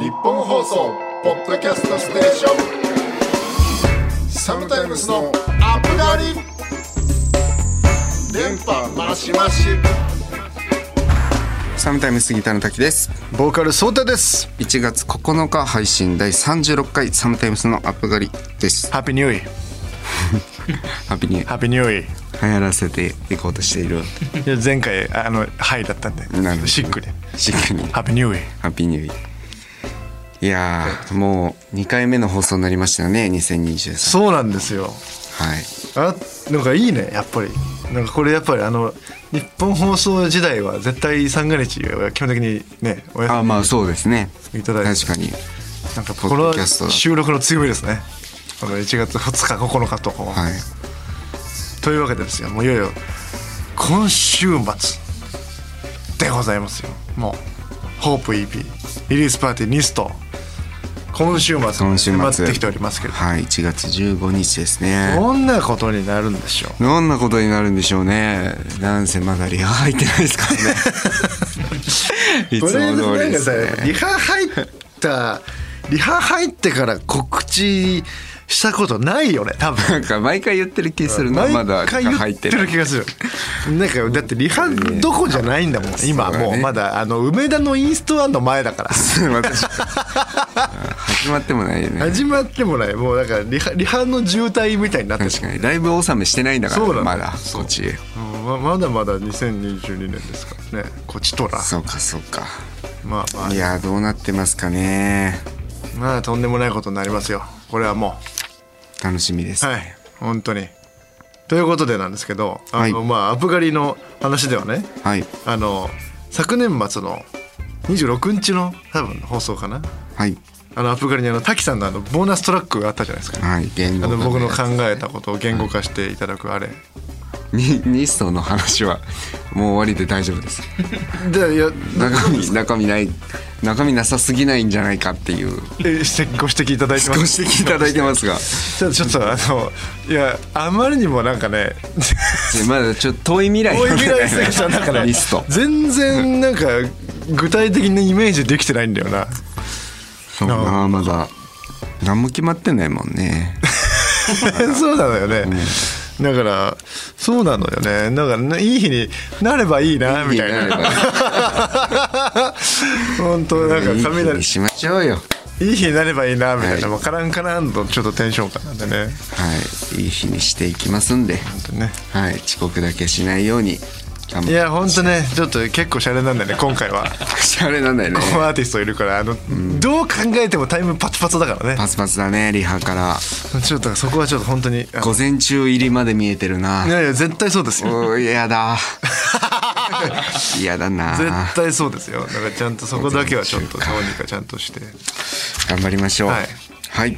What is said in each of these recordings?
日本放送ポッドキャストステーションサムタイムスのアップガリ電波マシマシサムタイムスギターの滝ですボーカルソータです1月9日配信第36回サムタイムスのアップ狩りですハッピーニューイハッピーに流ハッピーニューイ行らせていこうとしているいや前回あのハイだったんでなるほど シックでシックにハッピーニューイハッピーニューイヤーいやーもう2回目の放送になりましたね2023そうなんですよはいあなんかいいねやっぱりなんかこれやっぱりあの日本放送時代は絶対三が日は基本的にねお休あまあそうですねみいた確だいてかになんかこポッれドはキャストだ収録の強みですねこの1月2日9日と、はいというわけでですよもういよいよ今週末でございますよもう HOPEP リリースパーティーニスト今週末今週末迫ってきておりますけどはい1月15日ですねどんなことになるんでしょうどんなことになるんでしょうねなんせまだリハ入ってないですからねいつも とりあえず通りでなんすかさねリハ入ったリハ入ってから告知したことないよね多分なんか毎回言ってる気するな まだ毎回言入っっててるる気がするなんかだってリハどこじゃないんだもん今そうだもうねまだあの梅田のインストアの前だから 私始まってもないよね始まってもないもうだからリハリハの渋滞みたいになってし確まかにライブ納めしてないんだかそうならんだまだこっちうままだまだ2022年ですからねこちとらそうかそうかまあまあいやーどうなってますかねまあとんでもないことになりますよこれはも楽しみですうはい本当にということでなんですけどあの、はいまあアップ狩りの話ではねはいあの昨年末の26日の多分放送かなはいあのアップ狩りにあの滝さんのあのボーナストラックがあったじゃないですか、はい言あ語の化僕のやつ考えたことを言語化していただくあれにニストの話はもう終わりで大丈夫ですでいや中身中身ない中身なさすぎないんじゃないかっていうえせご指摘いただいてごま指す摘いただいてますがちょっとちょっとあのいやあまりにもなんかね まだちょっと遠い未来こういう未来すぎたなんかねリスト全然なんか具体的なイメージできてないんだよな そうなまだ何も決まってないもんねそうなのよね、だからそうなのよねだからねいい日になればいいなみたいいい日になれな 本当なんかいい日雷にしましょうよいい日になればいいなみたいな、はいまあカランカランとちょっとテンション感なんでねはいいい日にしていきますんで本当にねはい遅刻だけしないように頑い張っや本当ねちょっと結構シャレなんだよね今回はてあれなんだよねこのアーティストいるからあの、どう考えてもタイムパツパツだからねパツパツだねリハからちょっとそこはちょっと本当にあの午前中入りまで見えてるないやいや絶対そうですよおーやだ やだな絶対そうですよだからちゃんとそこだけはちょっとどうにかちゃんとして頑張りましょうはいはい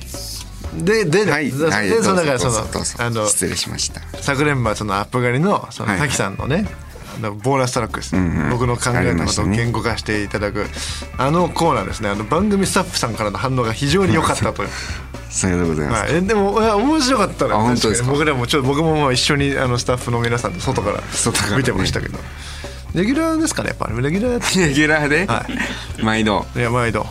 でで、はいではいどでうそぞのだからそどうのぞどうぞあの失礼しました昨年末のアップ狩りのそのはい滝さんのね、あのボーナストラックです、僕の考あえりたまこしとたをね言語化していただくあのコーナーですねあの番組スタッフさんからの反応が非常に良かった という、さようでございますはい、えでもいや面白かったねあ本当ですか僕らもちょっと僕ももう一緒にあのスタッフの皆さんと外から外からね見てましたけど、レギュラーですかねやっぱりレギュラーレギュラーでは毎度いや毎度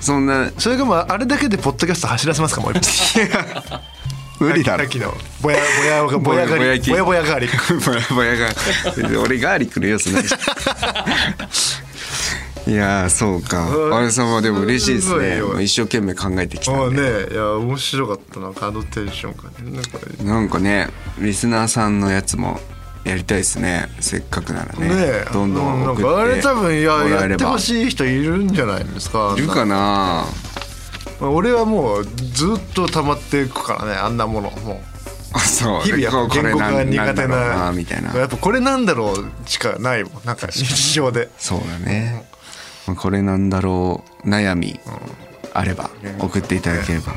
そんなそれがまああれだけでポッドキャスト走らせますかもう一 無理だ本ろさっきのぼやぼやがぼやがぼやりきぼやぼや がりぼやぼやが俺ガーリックの要素 ないしいやーそうかあれさまでも嬉しいですねすごいよもう一生懸命考えてきあたあんでねいや面白かったなあのテンションがねなんかねなんかねリスナーさんのやつもやりたいですねせっかくならねえどんどん送なんってかあれ多分いやもらえやれってばほしい人いるんじゃないですかいるかなまあ俺はもうずっと溜まっていくからねあんなものもあそうう日々やっぱこ言れ語な化がんな苦んだ手ろうななみたいなやっぱこれなんだろうしかないもんなんか日常でそうだね、まあこれなんだろう悩みあれば送っていただければ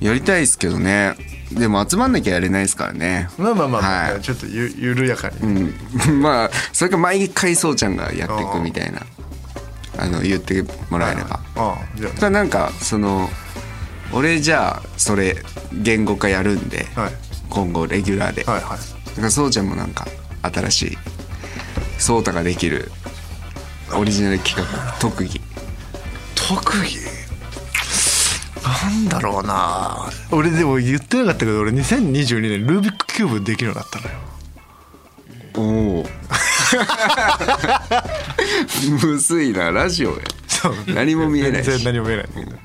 やりたいですけどねでも集まんなきゃやれないですからねまあまあまあまあ、はいちょっとゆ緩やかに、うん まあそれか毎回そうちゃんがやっていくみたいなあの言ってもらえればああじゃただなんかその俺じゃあそれ言語化やるんで、あはい今後レギュラーで、はいはいだからそうちゃんもなんか新しいそうたができるオリジナル企画特技特技なんだろうな俺でも言ってなかったけど俺2022年ルービックキューブできるようになったのおよおむずいなラジオやそう何も見えないし全然何も見えないんだけど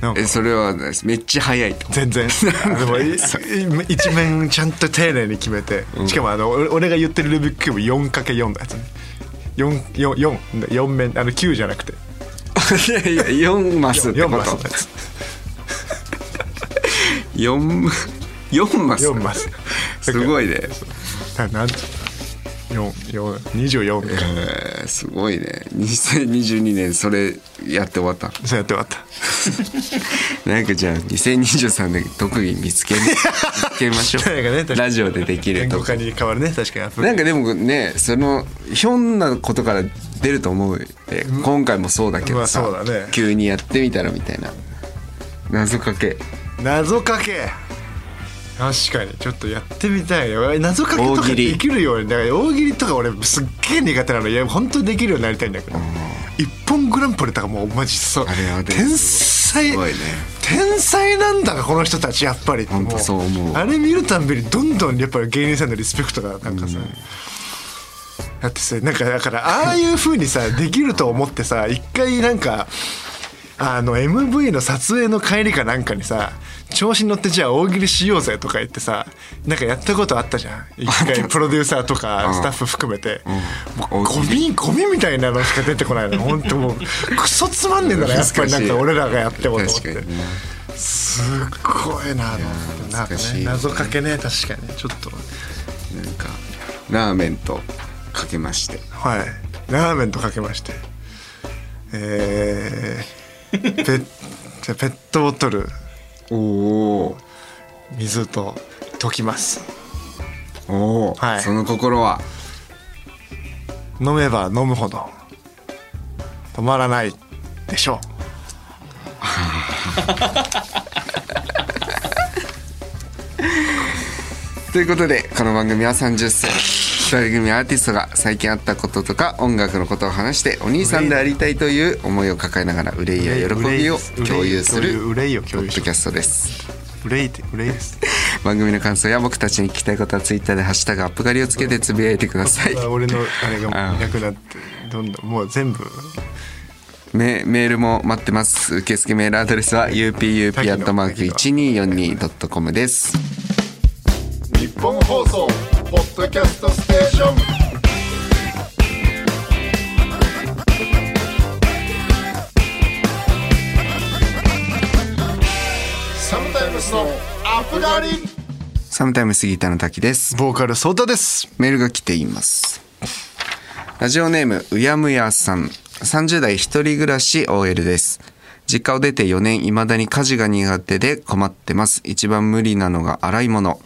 なんかえそれはないですめっちゃ早いと全然でもいい一面ちゃんと丁寧に決めて、しかもあの俺俺が言ってるルービックキューブ 4×4 のやつね 4, 4, 4面あの9じゃなくていやいや4マスって4こマスとのやつ4 4マス4マスすごいねななんて四四24みたいなえーすごいね2022年それやって終わったそうやって終わったなんかじゃあ2023年特技見つけ,、ね、見つけましょなんかね確かうにラジオででき言る語と化に変わるね確かになんかでもねそのひょんなことから出ると思うって今回もそうだけどさ、まあそうだね急にやってみたらみたいな謎かけ謎かけ確かにちょっとやってみたいよ謎かけと大か喜利できるようにだから大喜利とか俺すっげえ苦手なのいや本当にできるようになりたいんだけど一本グランプリとかもうマジそうあれはでも天才すごいね天才なんだがこの人たちやっぱりほんともそう思うあれ見るたんびにどんどんやっぱり芸人さんのリスペクトがなんかさ、だってさなんかだからああいうふうにさできると思ってさ一回なんかあの MV の撮影の帰りかなんかにさ調子に乗ってじゃあ大喜利しようぜとか言ってさなんかやったことあったじゃん一回プロデューサーとかスタッフ含めて、もうゴ大喜ミゴミみたいなのしか出てこないの本当もうクソつまんねえんだなやっぱりなんか俺らがやってもと思っ確てかにねすっごいなあのなんか難しいね謎かけね確かにちょっとなんかラーメンとかけましてはいラーメンとかけましてえ ー、ペッじゃあペットボトルおお水と溶きますおお、はいその心は飲めば飲むほど止まらないでしょということでこの番組は30歳2人組アーティストが最近あったこととか音楽のことを話してお兄さんでありたいという思いを抱えながら憂いや喜びを共有するポッ憂いを共ド有しキャよストですう憂いって憂いです番組の感想や僕たちに聞きたいことはツイッターで「ハッシュタグアップ狩り」をつけてつぶやいてください俺のあれがもういなくなってどんどんもう全部メメールも待ってます受付メールアドレスは upup.1242.com です日本放送ポッドキャストステーションサムタイムスのアップガリサムタイムスギターの滝ですボーカルソータですメールが来ています。ラジオネーム、うやむやさん。30代一人暮らし OL です。実家を出て4年未だに家事が苦手で困ってます。一番無理なのが洗い物。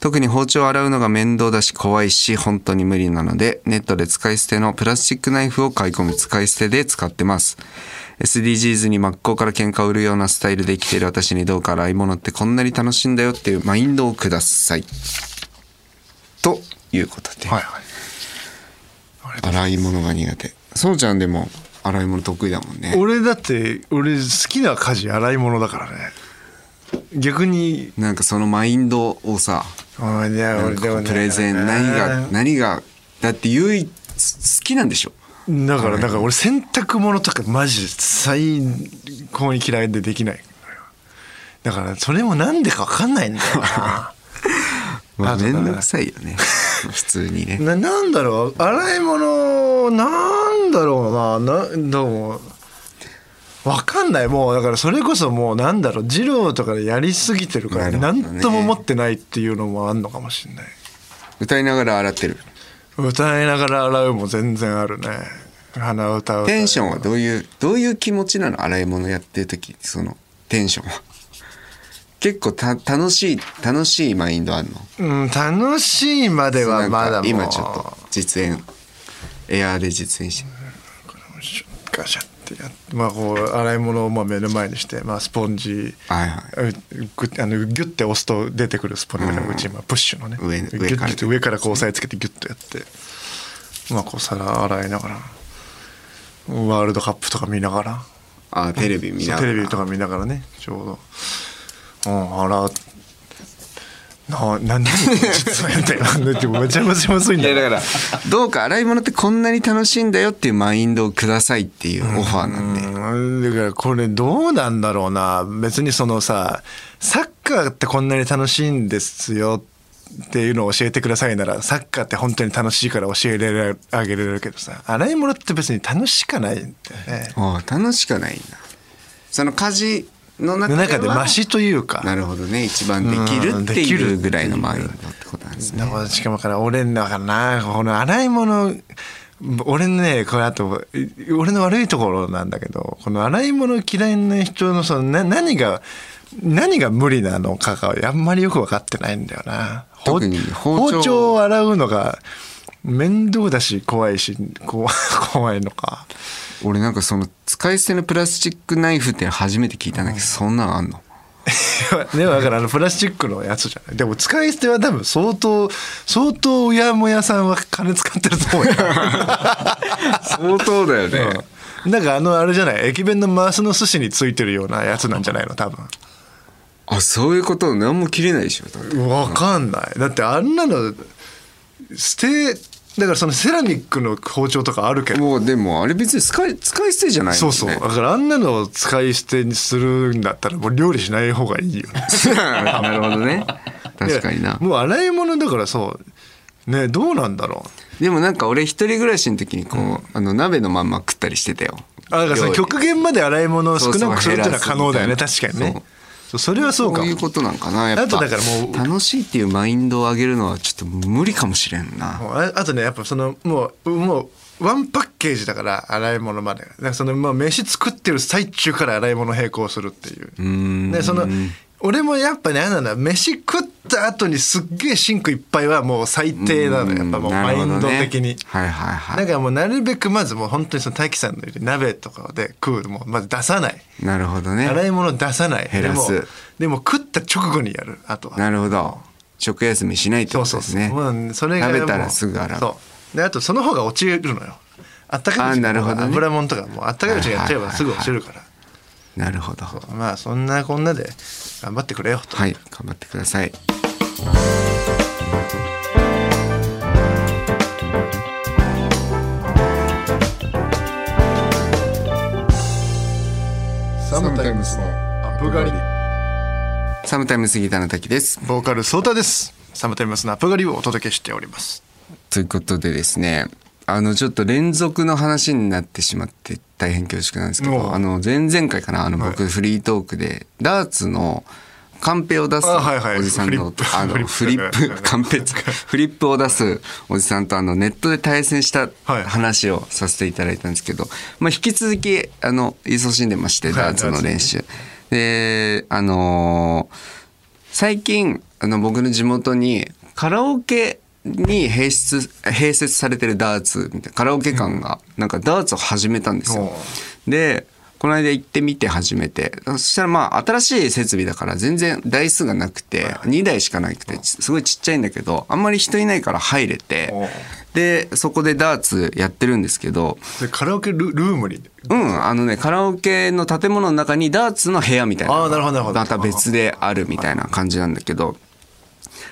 特に包丁を洗うのが面倒だし怖いし本当に無理なのでネットで使い捨てのプラスチックナイフを買い込む使い捨てで使ってます。SDGs に真っ向から喧嘩を売るようなスタイルで生きている私にどうか洗い物ってこんなに楽しいんだよっていうマインドをください。ということで。はいはい洗い物が苦手そうちゃんでも洗い物得意だもんね俺だって俺好きな家事洗い物だからね逆になんかそのマインドをさあいやなん俺かでこもうねプレゼン何が何がだって唯一好きなんでしょだからだから俺洗濯物とかマジで最高に嫌いでできないのよだからそれもなんでか分かんないんだよな まああとだ面ね倒くさいよ ね普通にねななんだろう洗い物なんだろうななどうも分かんないもうだからそれこそもうなんだろう二郎とかでやりすぎてるかならるほどね何とも思ってないっていうのもあんのかもしれない歌いながら洗ってる歌いながら洗うも全然あるね鼻歌うテンションはどういうどういう気持ちなの洗い物やってる時そのテンションは結構た楽しい楽しいマインドあるのうん楽しいまでなはんかまだもう今ちょっと実演エアーで実演してガシャってやってまあこう洗い物をまあ目の前にしてまあスポンジはいはうぐあのギュッて押すと出てくるスポンジだからうち今プッシュのね上ギュッ上からギュッて上からこう押さえつけてギュッとやってまあこう皿洗いながらワールドカップとか見ながらあテレビ見ながテらレビとか見ながらねちょうどうんあらなな何実はや ったよだってめちゃめちゃむずいんいだやよだからどうか洗い物ってこんなに楽しいんだよっていうマインドをくださいっていうオファーなんでうんだからこれどうなんだろうな別にそのさサッカーってこんなに楽しいんですよっていうのを教えてくださいならサッカーって本当に楽しいから教えれあげられるけどさ洗い物って別に楽しかないんだよね。ああ楽しかないなその家事の中では中でマシというかなるほどね一番できるっていうぐらいのマインドってことなんですねだからしかもから俺んだからなこの洗い物俺ねこれあとい俺の悪いところなんだけどこの洗い物嫌いな人のそのな何が何が無理なのかがあんまりよく分かってないんだよなほ特に包丁包丁を洗うのが面倒だし怖いしこう怖いのか俺なんかその使い捨てのプラスチックナイフって初めて聞いたんだけどそんなんあんのでもだからあのプラスチックのやつじゃないでも使い捨ては多分相当相当うやもやさんは金使ってると思うよ相当だよねうんなんかあのあれじゃない駅弁のマスの寿司についてるようなやつなんじゃないの多分あそういうこと何も切れないでしょだってわかんないだってあんなの捨てだからそのセラミックの包丁とかあるけどもうでもあれ別に使い使い捨てじゃないもんねそうそうだからあんなのを使い捨てにするんだったらもう料理しない方がいいよね なるほどね確かになでもう洗い物だからそうねどうなんだろでもなんか俺一人暮らしの時にこう、あの鍋のまんま食ったりしてたようあだからその料理極限まで洗い物を少なくするっていうのそうそう減らはす可能だよねみたいな確かにねそうそれはそうかこもういうことなんかなやっぱあとだからもう楽しいっていうマインドを上げるのはちょっと無理かもしれんなもうああとねやっぱそのもうもうワンパッケージだから洗い物までだからそのもう飯作ってる最中から洗い物並行するっていうでその俺もやっぱねあれなんだ飯食った後にすっげえシンクいっぱいはもう最低なのやっぱもうなマるイほどンねド的に、はいはいはいだからもうなるべくまずもう本当にその大樹さんの言う鍋とかで食うもうまず出さないなるほどね洗い物出さない減らすでもでも食った直後にやるあとはなるほど食休みしないってそこうとそうですそう、ねまあ、それが食べたもらうすぐ洗うそうであとその方が落ちるのよあったかいうちにあなるほどね油もんとかもうあったかいうちにやっちゃえはばいはいはいはいすぐ落ちるから、なるほどまあそんなこんなで頑張ってくれよと、はい頑張ってくださいサムタイムスのアップ狩りサムタイムスギターの滝ですボーカルソータですサムタイムスのアップ狩りをお届けしておりますということでですねあのちょっと連続の話になってしまって大変恐縮なんですけおうどあの前々回かなあの僕フリートークでダーツのカンペを出すあはいはいおじさんのフリップあのフフリリッッププカンペつフリップを出すおじさんとあのネットで対戦したはい話をさせていただいたんですけど、まあ、引き続きあの勤しんでましていダーツの練習。であのー最近あの僕の地元にカラオケに併設併設されてるダーツみたいなカラオケ館がなんかダーツを始めたんですよお。でこの間行ってみて初めてそしたらまあ新しい設備だから全然台数がなくて2台しかなくてちすごいちっちゃいんだけどあんまり人いないから入れておでそこでダーツやってるんですけどでカラオケルルームにうん、あのね、カラオケの建物の中にダーツの部屋みたいなのが。あーなるほどなるほどまた別であるみたいな感じなんだけど、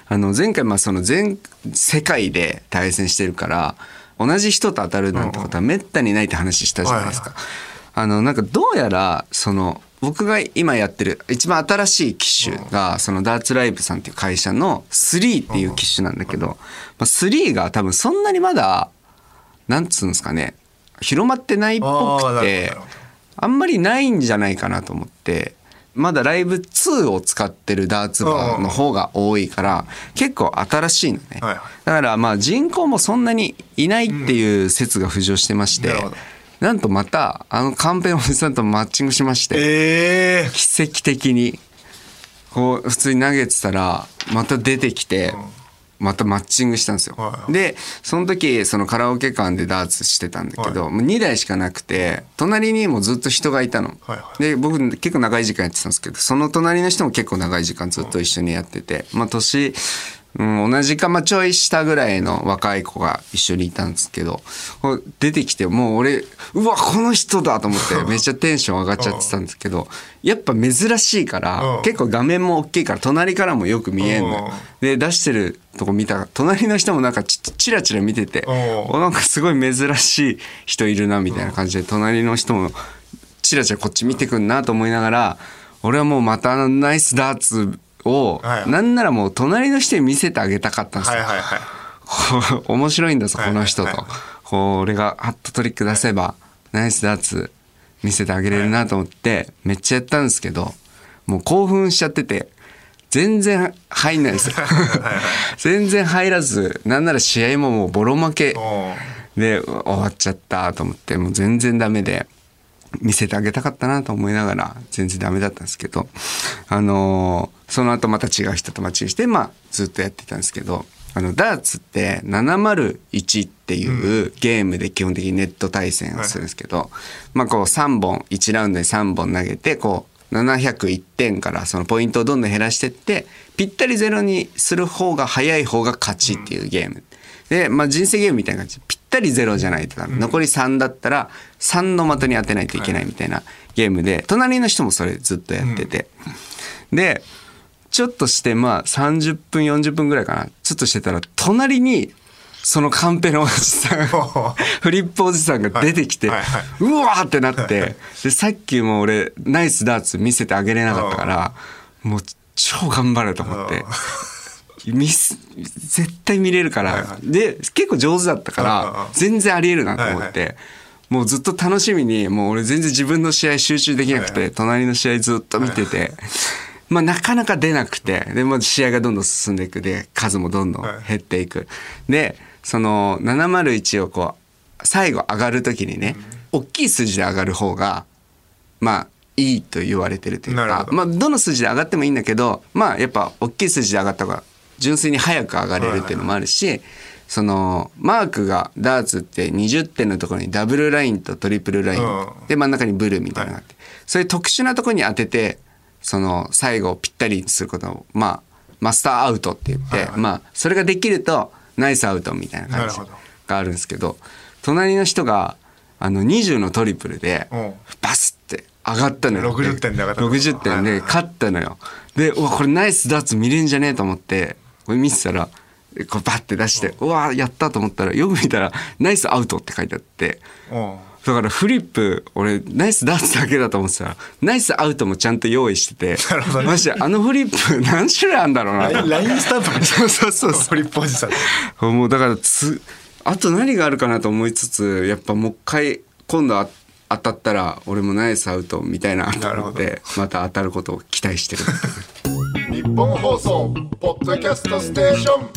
あの、前回、まあ、その全世界で対戦してるから、同じ人と当たるなんてことはめったにないって話したじゃないですか。あの、なんかどうやら、その、僕が今やってる一番新しい機種がそのダーツライブさんっていう会社の3っていう機種なんだけど、まあ、3が多分そんなにまだなんつうんですかね広まってないっぽあーなるほどくなてるほどあんまりないんじゃないかなと思ってまだライブ2を使ってるダーツバーの方が多いから結構新しいのねはいはいだからまあ人口もそんなにいないっていう説が浮上してましてなるほどなんとまたあのカンペンおじさんとマッチングしましてええ奇跡的にこう普通に投げてたらまた出てきてまたマッチングしたんですよ、はいでその時そのカラオケ館でダーツしてたんだけど、はもう2台しかなくて隣にもずっと人がいたの、はいはいで僕結構長い時間やってたんですけどその隣の人も結構長い時間ずっと一緒にやってて、まあ年うん、同じか、まあ、ちょい下ぐらいの若い子が一緒にいたんですけど、こう出てきて、もう俺、うわ、この人だと思って、めっちゃテンション上がっちゃってたんですけど、やっぱ珍しいからうん、結構画面も大きいから、隣からもよく見えんのよ。で、出してるとこ見たら、隣の人もなんかち、ちらちら見てて、うんおなんかすごい珍しい人いるな、みたいな感じで、隣の人も、ちらちらこっち見てくんなと思いながら、俺はもうまたナイスダーツを、はいなんならもう隣の人に見せてあげたかったんですはいよ。はいはいこう 面白いんだぞ、はいこの人はいと。こう、俺がハットトリック出せば、ナイスダーツ見せてあげれるなと思って、めっちゃやったんですけど、もう興奮しちゃってて、全然入んないんですよ。 全然入らず、なんなら試合ももうボロ負けおーで終わっちゃったと思ってもう全然ダメで見せてあげたかったなと思いながら全然ダメだったんですけどあのーその後また違う人と待ちしてまあずっとやってたんですけどあのダーツって701っていうゲームで基本的にネット対戦をするんですけど、まあこう3本1ラウンドに3本投げてこう701点からそのポイントをどんどん減らしてってぴったりゼロにする方が早い方が勝ちっていうゲーム。で、まあ、人生ゲームみたいな感じでぴったりゼロじゃないとダメ、残り3だったら3の的に当てないといけないみたいなゲームで隣の人もそれずっとやってて、でちょっとしてまあ30分40分ぐらいかなちょっとしてたら隣にそのカンペのおじさ んフリップおじさんが出てきて、はいはいはいうわーってなってでさっきも俺ナイスダーツ見せてあげれなかったからもう超頑張れと思って。見す絶対見れるから、はいはで結構上手だったかうんうんらうん全然ありえるなと思って、もうずっと楽しみにもう俺全然自分の試合集中できなくて、はいは隣の試合ずっと見てて、まあなかなか出なくてでもう試合がどんどん進んでいくで数もどんどん減っていく、でその701をこう最後上がる時にね、大きい数字で上がる方がまあいいと言われてるというなるかほどまあ、どの数字で上がってもいいんだけどまあやっぱ大きい数字で上がった方が純粋に早く上がれるっていうのもあるしそのマークがダーツって20点のところにダブルラインとトリプルラインうんで真ん中にブルーみたいなのがあってそういう特殊なところに当ててその最後をぴったりにすることをまあマスターアウトって言ってまあそれができるとナイスアウトみたいな感じなるほどがあるんですけど隣の人があの20のトリプルでうんバスって上がったのよ60点で上がったの60点で勝ったのよでうわこれナイスダーツ見れんじゃねえと思ってこれ見てたらこうバッて出してうわやったと思ったらよく見たら「ナイスアウト」って書いてあっておーだからフリップ俺ナイスダーツだけだと思ってたらナイスアウトもちゃんと用意しててなるほどねマジであのフリップ何種類あんだろうなラインラインスタンプみたいなそう そうそうフリップおじさんもうだからつあと何があるかなと思いつつやっぱもう一回今度あ当たったら俺もナイスアウトみたいなと思るほっどてまた当たることを期待してる日本放送ポッドキャストステーション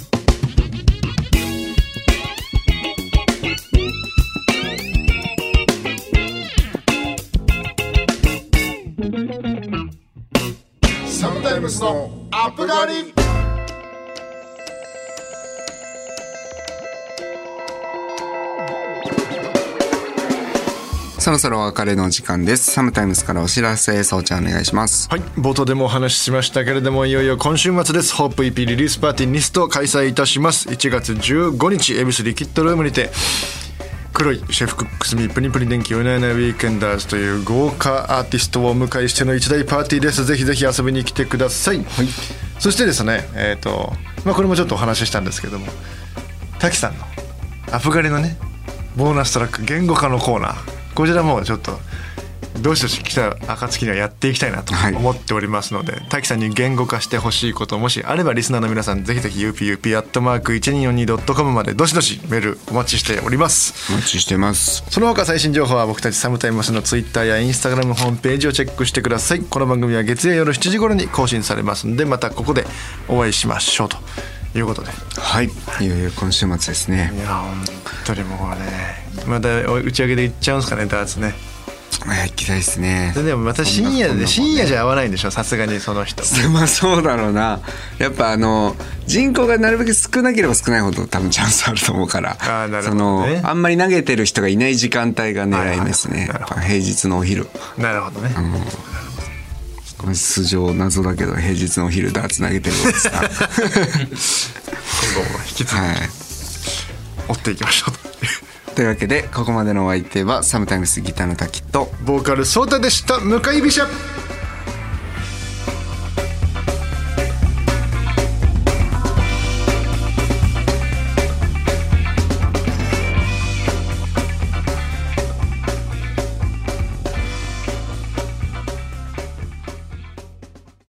サムタイムスのアップガリそろそろお別れの時間ですサムタイムスからお知らせそうちゃんお願いしますはい冒頭でもお話ししましたけれどもいよいよ今週末ですホープ EP リリースパーティーニストを開催いたします1月15日恵比寿リキッドルームにて黒いシェフクックスミープニプニ電気ヨナヨナウィークエンダーズという豪華アーティストをお迎えしての一大パーティーですぜひぜひ遊びに来てください、そしてですねえっ、と、まあ、これもちょっとお話ししたんですけども滝さんのアフガリのねボーナストラック言語化のコーナーこちらもちょっとどうしどし来た暁にはやっていきたいなとはい思っておりますので、滝さんに言語化してほしいこともしあればリスナーの皆さんぜひぜひ upup.1242.com までどしどしメールお待ちしておりますお待ちしてますその他最新情報は僕たちサムタイムスの Twitter や Instagram ホームページをチェックしてくださいこの番組は月曜夜7時頃に更新されますのでまたここでお会いしましょうということではいいよいよ今週末ですねいや本当にもうこれねまたお打ち上げで行っちゃうんですかねダーツねはい行きたいですねででもまた深夜で深夜じゃ合わないんでしょさすがにその人まあそうだろうなやっぱあの人口がなるべく少なければ少ないほど多分チャンスあると思うからあーなるほどねそのあんまり投げてる人がいない時間帯が狙いですね、 はいはいはいなるほやど っぱ平日のお昼なるほどね、素性謎だけど平日のお昼ダーツ投げてるおじ さんは今後も引きい続き追っていきましょうとというわけでここまでのお相手はサムタイムスギターの滝とボーカルソータでした向かい飛車